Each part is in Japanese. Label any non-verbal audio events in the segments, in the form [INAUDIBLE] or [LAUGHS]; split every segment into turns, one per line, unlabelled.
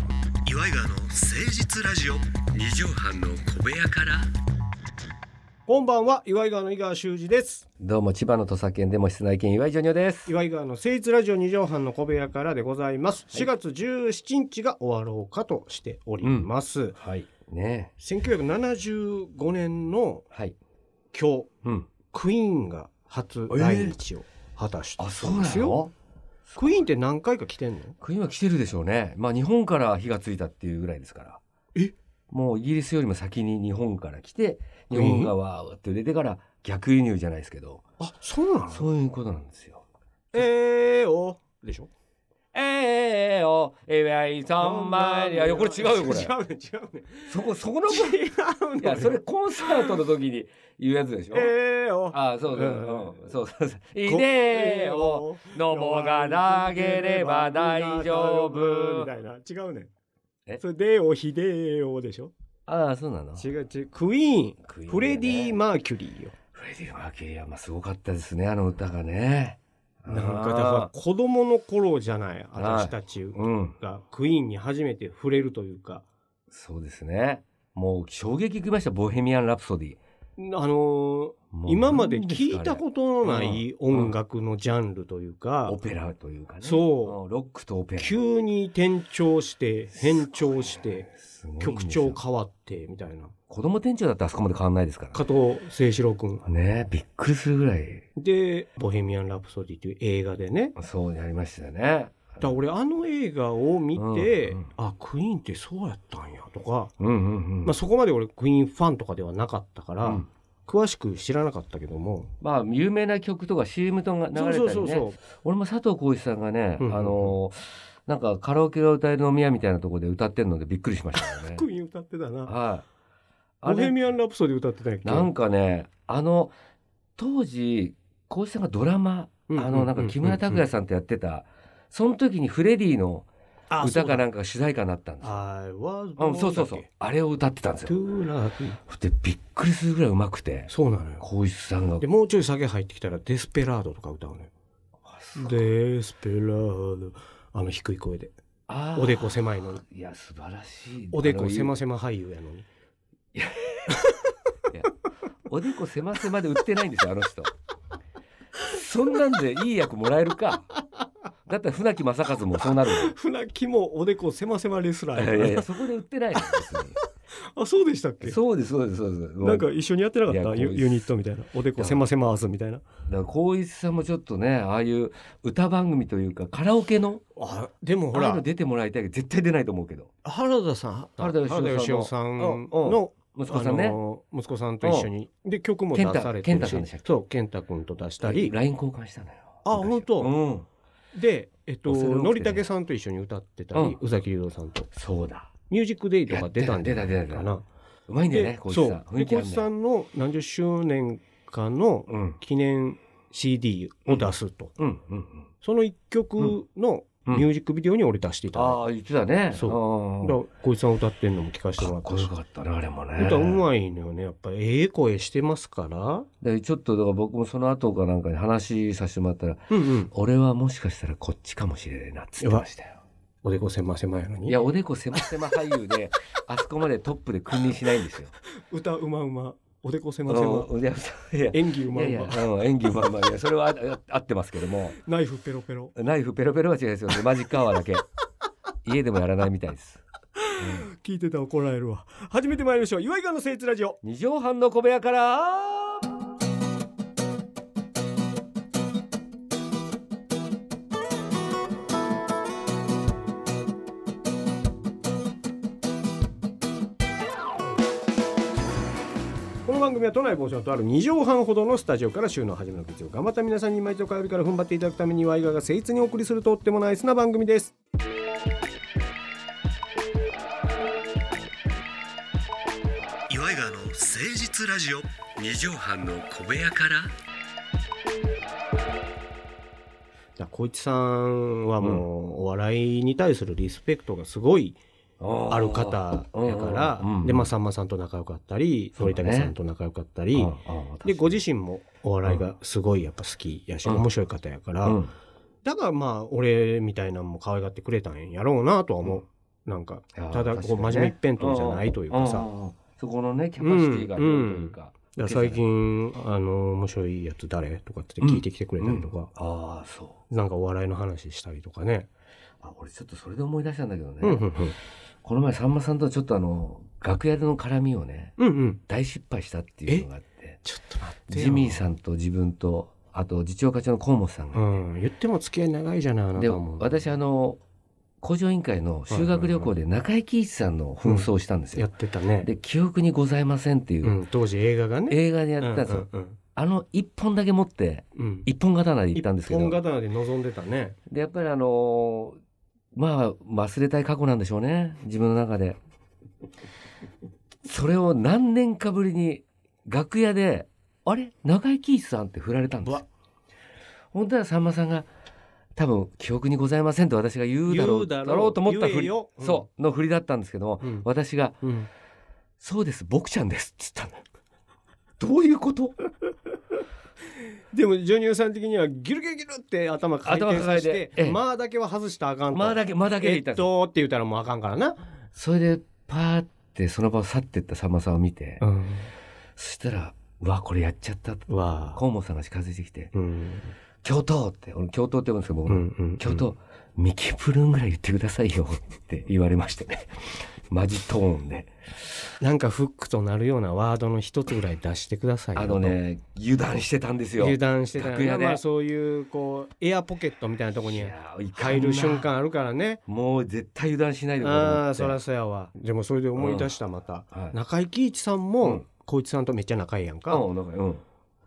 イガーの誠実ラジオ
二畳半の小部屋から
こんばんは岩井川の井川修司です
どうも千葉の土佐県でも室内犬岩井ジョニオです
岩井川の誠実ラジオ二畳半の小部屋からでございます4月17日が終わろうかとしております、
はいね
1975年の
えはい
今日
うん
クイーンが初来日を果たしたそうですよ、クイーンって何回か来てんの
クイーンは来てるでしょうねまあ日本から火がついたっていうぐらいですから
え
もうイギリスよりも先に日本から来て
クイ
日
ーン
本がわーって売れてから逆輸入じゃないですけど
あそうなの
そういうことなんですよ
えーおでしょ
えええおえらいさんまいやこれ違うよこれ
[LAUGHS] 違うね違うね
そこそこの [LAUGHS] い
違うね
やそれコンサートの時に言うやつでしょ、
えーお
ああそうそう、
うんうんうん
うんそうそうそういでをのもがなければ大丈
み
夫
たいな違うね
え
それでおひでおでしょ
ああそうなの
違う違うクイーン
クイーンだね
フレディ・マーキュリーよ
フレディ・マーキュリーはまあすごかったですねあの歌がね
なんかだから子供の頃じゃない
はい
私たち
ああうん
がクイーンに初めて触れるというか
そうですねもう衝撃きましたボヘミアン・ラプソディ
あのー今まで聞い
と
たことのない音楽のジャンルというか
オペラというかね
そ
んロックとオペラ
急に転調して変調して
すごいんですよ
曲調変わってみたいな
子供店長だってあそこまで変わんないですから
加藤清志郎君
ねびっくりするぐらい
で「ボヘミアン・ラプソディ」という映画でね
そうやりましたよね
だから俺あの映画を見て、
うんうん
あクイーンってそうやったんやとか、
うんうんうん
まあ、そこまで俺クイーンファンとかではなかったから、
うん
詳しく知らなかったけども
まあ有名な曲とか CM とか流れたりね
そうそうそう
俺も佐藤浩市さんがね、
うんうんうん。
あのなんかカラオケが歌える飲み屋みたいなところで歌ってるのでびっくりしましたよね
クイーン歌ってたな
はい。
「ボ
あ
ヘ
れ
ミアン・ラプソディ」歌ってたんやっけ
なんかねあの当時浩市さんがドラマ、
うんうん
あのなんか木村拓哉さんとやってた、その時にフレディの
あ
歌か
な
なんかが主題歌になったん
「
ですよ。
I was
あ
born
そうそうそう
だっ
あれを歌ってたんです
け
よ。
to love you
でびっくりするぐらいうまくて
そうなのよ
浩市さんが
でもうちょい下げ入ってきたら「デスペラード」とか歌うのよ「デスペラード」あの低い声で
あー
おでこ狭いのに
いや素晴らしい
おでこ
あの
狭狭俳優やのに
いやおでこ狭狭で売ってないんですよあの人 [LAUGHS] そんなんでいい役もらえるかだったら船木正和もそうなるの
船木もおでこ狭狭レスラーや
い
から
やいやいやそこで売ってないの別
[LAUGHS] あそうでしたっけ
に [LAUGHS] そうですそうですそうです
なんか一緒にやってなかっ
いやこ
た
う
ユユニットみたいなおでこ狭狭ーずみたいな
だから光一さんもちょっとねああいう歌番組というかカラオケの
あでも
ああいうの出てもらいたいけど絶対出ないと思うけど
原田さん
原田芳雄さんの
芳雄さん
うんうん
の
息子さんね、
あの息子さんと一緒にで曲も出されて
健太健
る
太
し
君でしたっけ
そう健太君と出したり
LINE 交換したのよ
あ本当
うん
でえっと
それを受けてね
のりたけさんと一緒に歌ってた
う
り
ん
宇崎竜童さんと
そうだ
「ミュージックデイとか出たんじゃ
や
な
ってた出た
い
出た
かな
うまいんだよね
で
光
そ
一さん
うで
ある
浩市
んだ
さ
よ
んの何十周年かの
うん
記念 CD を出すと
うんうんうん
その一曲のミュージックビデオに俺出していただいて
ああ言ってたね
そう
うん
だからこいつさん歌ってんのも聞かせて
か
もら
っ
っ
こ
たし
よかったねあれもね
歌うまいのよねやっぱええ声してますから
でちょっとだから僕もその後かなんかに話させてもらったら
うんうん
俺はもしかしたらこっちかもしれないなっつってましたよ
おでこ狭狭やの
い
に
やおでこ狭狭俳優 [LAUGHS] であそこまでトップで君臨しないんですよ
歌うまうまおでこ
う
狭狭
んいやいやい
演技うま
や
う
いや
ま
うん演技うまうまいやそれはああ合ってますけども
ナイフペロペロ
ナイフペロペロは違いですよねマジックアワーだけ家でもやらないみたいです、うん
聞いてたら怒られるわ初めて参りましょう岩井川の聖地ラジオ
二畳半の小部屋から
この番組は都内防止のとある2畳半ほどのスタジオから週の初めの月曜頑張った皆さんに毎週火曜日から踏ん張っていただくために岩井川が誠実にお送りするとってもナイスな番組です
岩井川の誠実ラジオ
二畳半の小部屋から
だから小一さんはもうお笑いに対するリスペクトがすごいある方やから、
うんうんうん
でまあさんまさんと仲良かったり
そう
鳥
だね
谷さんと仲良かったり、
うんうん
でご自身もお笑いがすごいやっぱ好きやし、
うん
面白い方やから、
うん
だからまあ俺みたいなんも可愛がってくれたんやろうなとは思う、なんか
あー
ただ
確
こう
かにね
真面目一辺倒じゃないというかさ
んうんうんそこのねキャパシティが広いというか、
いや最近あの面白いやつ誰とかって聞いてきてくれたりとか、
ああそう
なんかお笑いの話したりとかね。
あ俺ちょっとそれで思い出したんだけどね、
うんうん
この前さんまさんとちょっとあの楽屋での絡みをね
うん。うんうん。
大失敗したっていうのがあって
ちょっと待ってよ。
ジミーさんと自分とあと次長課長の河本さんが、
うん。言っても付き合い長いじゃないあな
で
たも。
私あの工場委員会の修学旅行で中井貴一さんの紛争をしたんです
や
よ
っ。てたね。。
で「記憶にございません」っていううん
当時映画がね。
映画でやったんですよ。
うんうん
あの一本だけ持って
うんうん。
一本刀で行ったんですけ
一本
ど
刀で臨んでたね。
でやっぱりあのーまあ忘れたい過去なんでしょうね自分の中で。それを何年かぶりに楽屋で「あれ中井貴一さん」って振られたんですよ
うわ
本当はさんまさんが多分記憶にございませんと私が言うだろ
言
う
うだろう
だろうと思った振
言え
り、
ようん
そうの振りだったんですけども、
うん
私が
うん。
「そうです僕ちゃんです」っつったの。どういうこと
でもジョニオさん的にはギルギルギルって頭回転させ
頭抱
て
えてええ
まあだけは外したらあかんと。
まあだけまあだけで言
えっ
ったんです
とって言ったらもうあかんからな。
それでパーってその場を去ってったさんまさんを見て、
ん。
そしたら「うわこれやっちゃった」と
わあ。
河本さんが近づいてきて
うん。
「教頭」って俺教頭って呼ぶんですけど僕、
うんうん。
教頭ミキプルーンぐらい言ってくださいよって言われましてねマジトーンで
なんかフックとなるようなワードの一つぐらい出してくださいよ
あのね油断してたんですよ
油断してたら
楽屋で
まあそういうこうエアポケットみたいなとこ
い
に
やーいかんな
入る瞬間あるからね
もう絶対油断しないでください
ああーそらそうやわでもそれで思い出したまた、
はい
中井貴一さん
う
も
ん
浩、一さんとめっちゃ仲いいやん
あ
か、
なんかうん、あ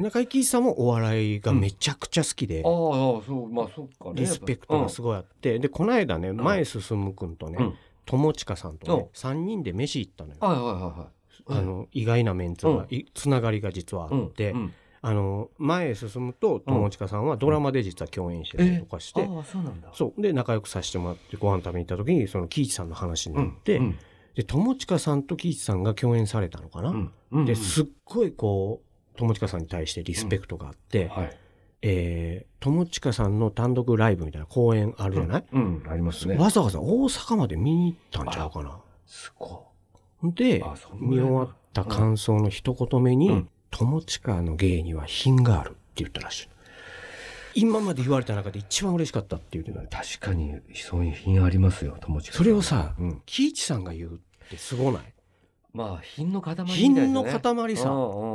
中井貴一さんもお笑いがめちゃくちゃ好きで、
あそうまあそっかね
リスペクトがすごいあって、でこの間ね
ん
前進君とね、
うん
友近さんと
うん
ね3人で飯行ったのよ、
はいはいはいはい
あの意外なメンツが
う、ん
いつながりが実はあ
うん
って、
うん
あの前へ進むと友近さんはドラマで実は共演してたりとかして、
ああそうなんだ
そうで仲良くさせてもらってご飯食べに行った時にその喜一さんの話になって、
うん
で友近さんと喜一さんが共演されたのかな、
うんうん
ですっごいこう友近さんに対してリスペクトがあって、
はい
えー友近さんの単独ライブみたいな公演あるじゃない、
うんありますね
わざわざ大阪まで見に行ったんちゃうかな。
すご
で
あそんぐらい
見終わった感想の一言目に、
うん
友近の芸には品があるって言ったらしい今まで言われた中で一番嬉しかったって言ってた
い確かにそういう品ありますよ友近さん
それをさ、
うん
喜一さんが言うってすごない
まあ品の塊みたいですね
品の塊さ、
んんん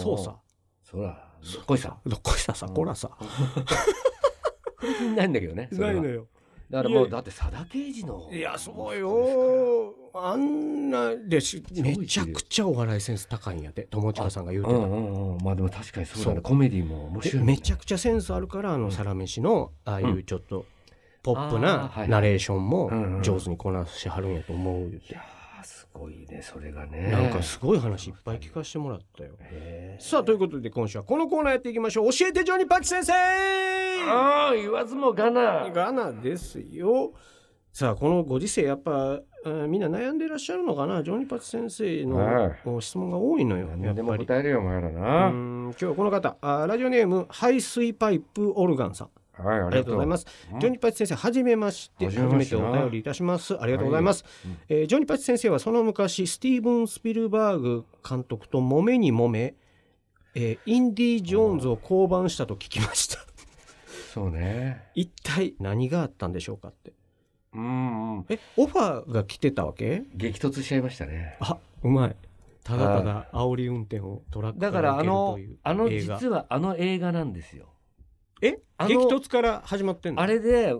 そうさ
そら
そう
こいさ
どっこいささ
うん
こらさ、
品ないんだけどねそれは
よ
だからも
いう
だって佐田刑事の
いやそうよあんなでし
すごい
めちゃくちゃお笑いセンス高いんやで友近さんが言う
う
てた、
んうんうんまあでも確かにそうだ
そ
ね
う
コメディも面
で
白いもんね
めちゃくちゃセンスあるからあの「サラメシ」のああいうちょっとポップ
あー
な
はい
ナレーション
うんう
も
ん
上手にこなしはるんやと思うよ
いやーすごいねそれがね
なんかすごい話いっぱい聞かせてもらったよ。
へー
さあということで今週はこのコーナーやっていきましょう教えてジョニパキ先生
ああ言わずもがな
ガナですよさあこのご時世やっぱ、うんみんな悩んでいらっしゃるのかなジョニパチ先生の
は
お質問が多いのよやっ
何でも
ぱり。
答えるよお前らな
うーん今日はこの方あラジオネーム排水パイプオルガンさん
はい
ありがとうございます。ジョニーパチ先生、はじめまして。
はじ
初
め
め
ましてて
お便りいたします。ありがとうございます。
はいうん
えージョニーパチ先生はその昔、スティーブン・スピルバーグ監督と揉めに揉め、えーインディ・ジョーンズを降板したと聞きました。
そうね
一体何があったんでしょうかって。
うんうん
え、オファーが来てたわけ
激突しちゃいましたね
あ、うまい。ただただ煽り運転をトラック
だ
か
からら
受
あ
けると
の
いう
あの
映画。
実はあの映画なんですよ
え
あの
激突から始まってんの
あれで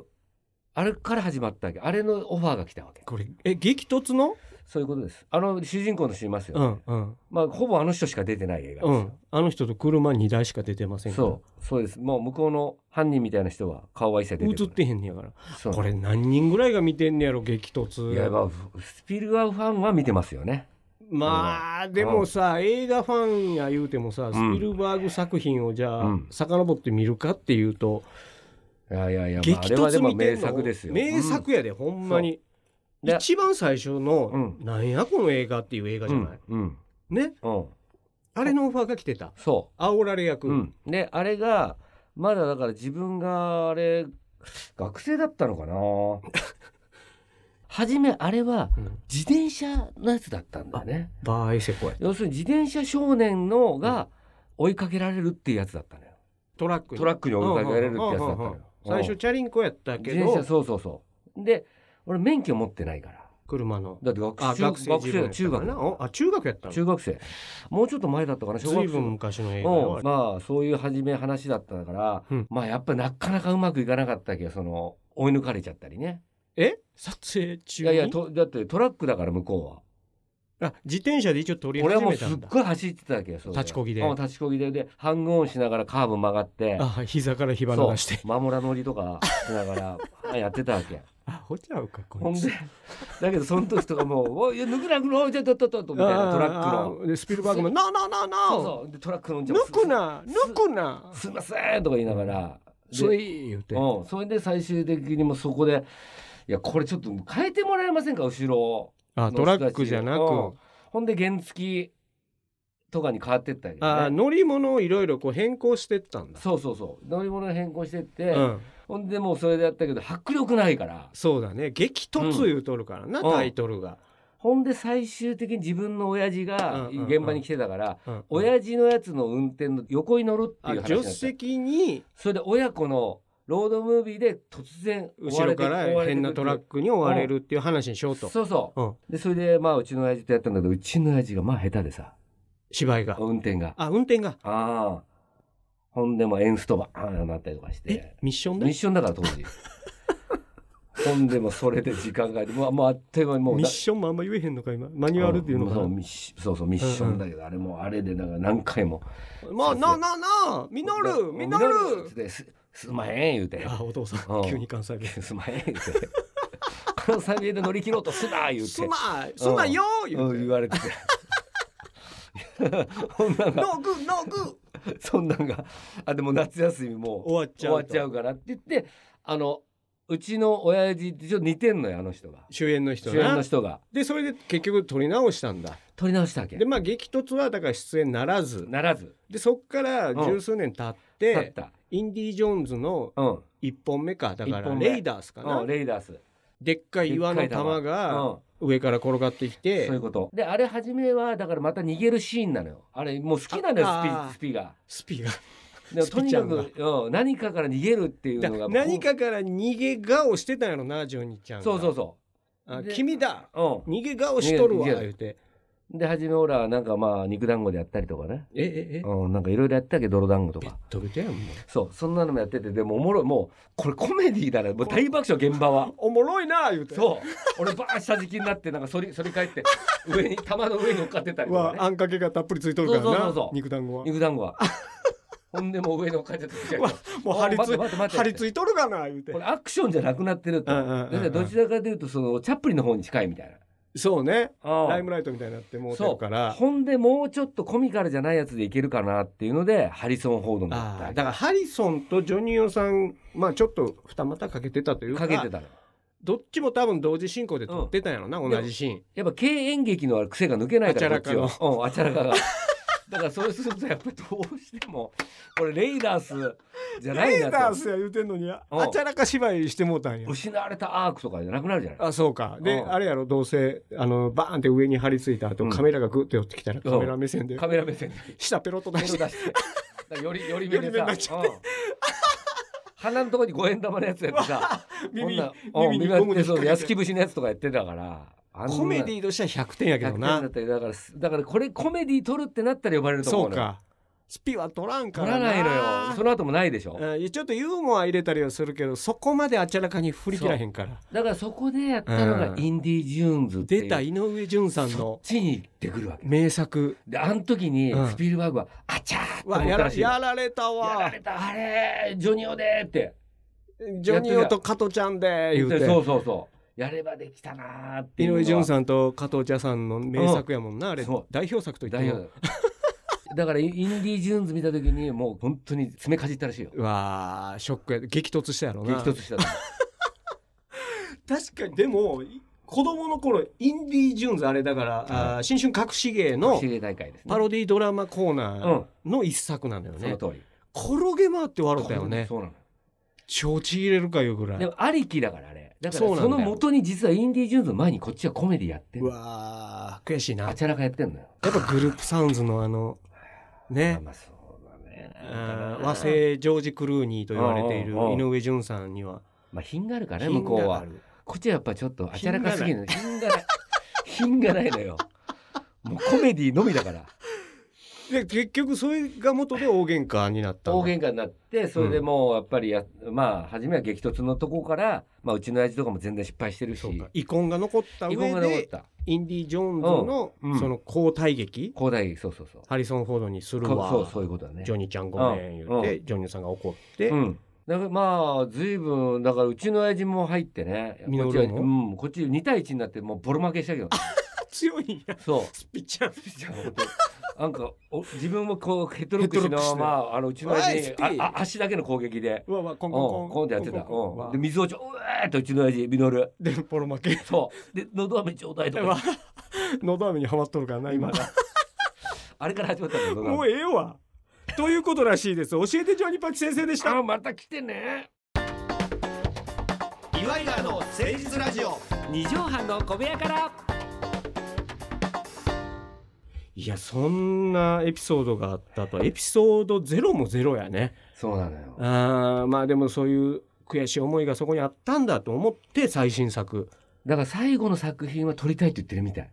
あれから始まったわけあれのオファーが来たわけ
これ、え、激突の
そういうことですあの主人公の人いますよ、
うんうん。
まあほぼあの人しか出てない映画
う
です
ん
よ、、
あの人と車2台しか出てませんから
そうそうですもう向こうの犯人みたいな人は顔は一切出て
映っ
こ
てへんねやから
ないそう
これ何人ぐらいが見てんねやろ激突
いやまあスピルバーグファンは見てますよね
まあでもさ映画ファンや言うてもさ、
ん
スピルバーグ作品をじゃあ、
うん
遡って見るかっていうと、
いやいやいや、まあ、あ
激
れはで
突
も
見て
名
んの
作ですよ
名作やで、ほんまに
そうで
一番最初の、
う
なんやこの映画っていう映画じ
う
ゃ
ん
ない、
うん
ね
うん、うん、
あれのオファーが来てた
そう
煽られ役、
うん、であれがまだだから自分があれ学生だったのかな初めあれは
うん
自転車のやつだったんだよね
バーエセコイ
要するに自転車少年のが追いかけられるっていうやつだったのよ
トラック
トラックに追いかけられるってやつだった
うんうんうん
の
う
よ
ん最初チャリンコやったけ
自転車
ど
そうそうそうで俺免許持ってないから
車の
だって学
あ
習
学生
学生
自
中
分やったか
学
なおあ中学やったの
中学生もうちょっと前だったかな小
ずい
学
ぶん
生
昔の映画よ
うんまあそういう初め話だったから、
うん
まあやっぱなかなかうまくいかなかったけどその追い抜かれちゃったりね
え撮影中
い
に
やいやとだってトラックだから向こうは
あ自転車で一応撮り
俺は
始
もう
め
す
た
っ
んだ
ごい走ってたわけよそれ
立ちこぎで
うん立ちこぎででハングオンしながらカーブ曲がって
あはい膝から火
そ
花
う
出して
マモラ乗りとかしなが
[LAUGHS]
らやってたわけ
あほちゃうかこ
ほ
い
ん
つ
でだけどその時とかもう「おいいや抜くな抜くなおいちょっとちょっとちょっと」みたいなトラックの
クのスピルバーグも「なあなあなあなあ
そうそうでトラックのじゃ
抜くな抜くな
すいませんとか言いながら、で
それ言うて
うん、それで最終的にもうそこで「いやこれちょっと変えてもらえませんか後ろの
あ
人たち」
トラックじゃなく
うんほんで原付とかに変わってったわけ
あ
どね
乗り物をいろいろこう変更してったんだ
そうそうそう乗り物に変更してって、
うん
ほんでもうそれでやったけど迫力ないから
そうだね激突言うとるからな
うん
タイトルが
ほんで最終的に自分の親父が
うんうんうん
現場に来てたから、
うん
親父のやつの運転の横に乗るって
あ
いう話
助
にな
手
った
席に
それで親子のロードムービーで突然追
後
わ
ろ
れて
から変なトラックに追われるっていう話にしようと
そうそう
うん
でそれでまあうちの親父とやったんだけどうちの親父がまあ下手でさ
芝居が
運転があ
あ運転が
あほんでもうエンストバーンなったりとかし
え
て
ミッションだ
ミッションだから当
[LAUGHS]
時ほんでもうそれで時間がもうもうあっという間にもう
ミッションもあんま言えへんのか今マニュアルっていうのか
ん
な
そうミッシそうそうミッションだけど、あれもうあれでなんか何回も
まあ、
そう
な
そ
あ
う
なあなあ、
「
実る、実る。
ですすまへん」言うて
あ、お父さ、
うんん
急に関西弁。
「すまへん」言うて「関西弁で乗り切ろうとすな」言うて
すまい、すまいよー、言
うん言
うて。
われ
[LAUGHS]
ててほんなんが
ノーグー、ノーグー。
そんなんがあでも夏休みもう
終わっち
終
ゃう。
わっちゃう。からって言ってあのうちの親父ってちょっと似てんのよあの人が
主演の人
主演の
な。
人が
で、それで結局撮り直したんだ。
撮り直したわけ
で、まあ、激突はだから出演ならず。
ならず
で、そっから十数年経っ、
だってた、
インディ・ジョーンズの
うん
一本目か、だか
一
ら
本目
レイダースか
う、。
なん
レイダース、
でっかい岩の玉が
うん
上から転がってき
そう
て
い、うことであれ初めはだからまた逃げるシーンなのよあれもう好きなのよ
ああー
スピスピが
スピが。
でも
ス
と
ピ
に
ちゃ
か
んが
く、うん、何かから逃げるっていうのが
何かから逃げ顔してたんやろな、ジョニーちゃんが。
そうそうそ
あ
で
君だ
ううん
逃げ顔しとるわ
逃げ
言うて
で初め俺はなんかまあ肉団子でやったりとかね、
えええ
うん、なんかいろいろやったけど泥団子と
ベッ
か
ドベトやんもう
そうそんなのもやっててでもおもろいもうこれコメディーだねもう大爆笑現場
[LAUGHS]
は
おもろいな言うてう
そう俺バーン下敷きになってなんか反り反り返って上に玉の上に乗っかってたりとか
わ
ね
あんかけがたっぷりついとるからな
そうそうそうそう
肉団子は
肉団子はほんでもう上に乗っかってた時
わ
は
もう張り
待って
つ
待って待って
張り付いとるかな言うて
これアクションじゃなくなってると、
うんうんうんうん
でどちらかというとそのチャップリンの方に近いみたいな
そうね
あ
ライムライトみたいになってもうて
そ
る
う
から
ほんでもうちょっとコミカルじゃないやつでいけるかなっていうのでハリソン・フォードになっ
あ
た
あだからハリソンとジョニオさんまあちょっと二股かけてたというか
かけてたの
どっちも多分同時進行で撮ってたんやろな、
ん
同じシーン
やっぱ経演劇の癖が抜けないから
あちゃらかの
こっちはうん、あちゃらかが [LAUGHS] だからそれするとやっぱりどうしてもこれレイダースじゃない
レイ
な
ダー
と
スや言うてんのにあ
うん
あちゃらか芝居してもうたんや
失われたアークとかじゃなくなるじゃない
あそうかで、
うん
あれやろどうせあのバーンって上に張り付いた後、
うん
カメラがグッて寄ってきたら
うん
カメラ目線で
カメラ目線で
下ペロッと
目
出
を出
し
しててだからよりより目
より
でさ
目になっちゃ
うん鼻のとこに五円玉のやつやってさ
[LAUGHS] 耳
こんなうん
耳にゴムで
そう
引っ掛
安
け
き
て
節のやつとかやってたからあんな
コメディとしては100点やけ
100
ど
点だ
な
ったよだからだからこれコメディ取るってなったら呼ばれると
そ
思う
う
のよ
かスピは取らんか
取
ら
らないのよその後もないでしょ
うんちょっとユーモア入れたりはするけどそこまであちゃらかに振り切らへんから
だからそこでやったのが
うん
インディ・ジューンズっていう
出た井上潤さん
そ
の
っちに行ってくるわけ
名作
であの時に
うん
スピルバーグは「あちゃー!」と思
わ
った
や
ら
ら
しいの
やられた
やら
わ
れたあれジョニオでーって
ジョニオと加トちゃんで言うて
そうそうそうやればできたなーって
井
いうの
上
が
潤さんと加藤茶さんの名作やもんなあれ
そう
代表作と言っ
大
て
丈
も
夫 [LAUGHS] だからインディ・ジューンズ見た時にもう本当に爪かじったらしいよ
うわあショックや激突したやろ
激
な
突したと思う
確かにでもい子供の頃インディ・ジューンズあれだから、あー新春隠し芸 [LAUGHS] の
知り合い大会ですね
パロディドラマコーナーの一作なのよ
その
ね、
通り
転げ回って笑ったよね
そうなの
承知入れるかいうぐら
で
い
もありきだからあれだから
そうなんだよ
その元に実はインディ・ージューンズの前にこっちはコメディやってん
う
の
わー悔しいな
あちゃらかやってんのよ
やっぱグループサウンズのあの
まあ
ね
まあそうだね
あー和製ジョージ・クルーニーと言われている
うんうんうん
井上順さんには
まあ品があるからね
品
向こう
があ
は
る
こっちはやっぱちょっとあちゃらかすぎるの品がない品がないの [LAUGHS] よもうコメディのみだから
で結局それが元で大喧嘩になったんだ
大喧嘩になってそれでもうやっぱりや、まあ初めは激突のとこから、まあ、うちの親父とかも全然失敗してるし
そうか遺恨が残った
遺
上
恨が残っ
で
た
インディ・ジョーンズの
うんうん
その交代劇
広大そうそうそう
ハリソン・フォードにする
こ
わ
そうそういうことだね
ジョニーちゃんごめん言
う
っ
ん
てジョニーさんが怒って
うん、だからまあ随分だからうちの親父も入ってね
ミ
こ
ノ
っち
ル
は、
も
うん、こっち2対1になってもうボロ負けした [LAUGHS] けど
強いんや
そう
スピッチャー
なんかお自分もこうヘッドロックしながら、まあ、あのうちの親父に
おいスピ
ああ足だけの攻撃で。
うわうわコ
うん
ンコンコ
こ
ン
うやってやってた。
コンコンコン
う
わ
ん、で水をちょうえーっとうちの親父ミノル。
でポロ負け
そうで喉飴ちょうだいと
わ
か
喉飴にはまっとるからな今
今 [LAUGHS] あれから始まったんだよ。
もう
え
ええわということらしいです教えてジョニーパチ先生でした
あまた来てね。
岩井川の誠実ラジオ
二畳半の小部屋から。
いやそんなエピソードがあったとはエピソードゼロもゼロやね
そうなのよ。
あーまあでもそういう悔しい思いがそこにあったんだと思って最新作
だから最後の作品は撮りたいって言ってるみたい。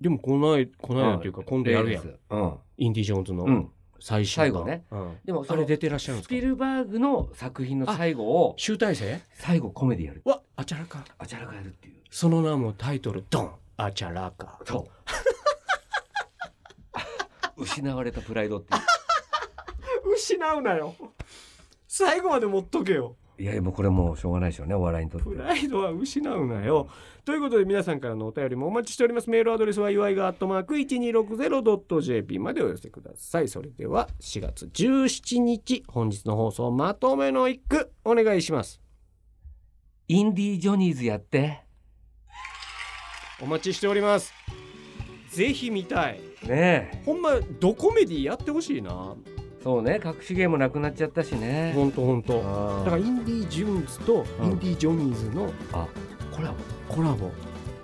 でもこないこないというか今度やるやん
レイですうん。
インディ・ジョーンズ
う
の
ん。
最新
最
版
後ね
うん
でもそ
あ
の
れ出てらっしゃるんで
ス
すか
ピルバーグの作品の最後を
集大成
最後コメディやる。
わあちゃらか
あちゃらかやるっていう。
その名もタイトルドンあちゃらか
そう [LAUGHS] 失われたプライドってい
失うなよ最後まで持っとけよ
ういやいやもうこれもうしょうがないでしょうねお笑いにとって
プライドは失うなよということで皆さんからのお便りもお待ちしておりますメールアドレスは祝いがアットマーク 1260.jp までお寄せくださいそれでは4月17日本日の放送まとめの一句お願いします
インディ・ジョニーズやって
お待ちしておりますぜひ見たい
ねえ
ほんまドコメディやってほしいな
そうね隠し芸もなくなっちゃったしね
ほんとほんとだ
だ
からインディ・ジューンズとインディ・ジョニーズの
あコラボ
コラボ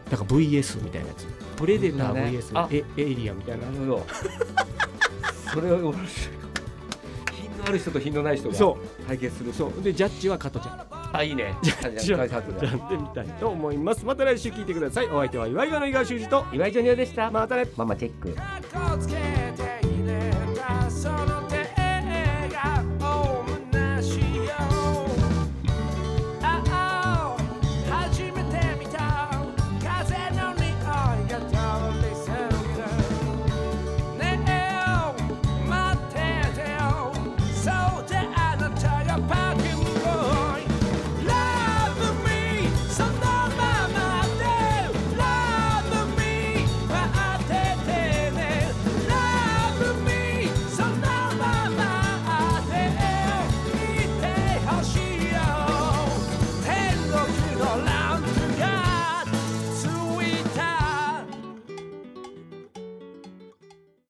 だから VS みたいなやつプレデ
本
タ
当だね
ー VS、
あ
エエイリアンみたいな
なるほど [LAUGHS] それを面白い品のある人と品のない人が
そう
対決する
そうでジャッジは加トちゃん
あいいね
じ
じ
ゃ
ゃ
あ
あ
やってみたいと思いますまた来週聞いてくださいお相手は岩井川の井川修司と
岩井ジョニオでした
またね
ママチェック
I'd call scared.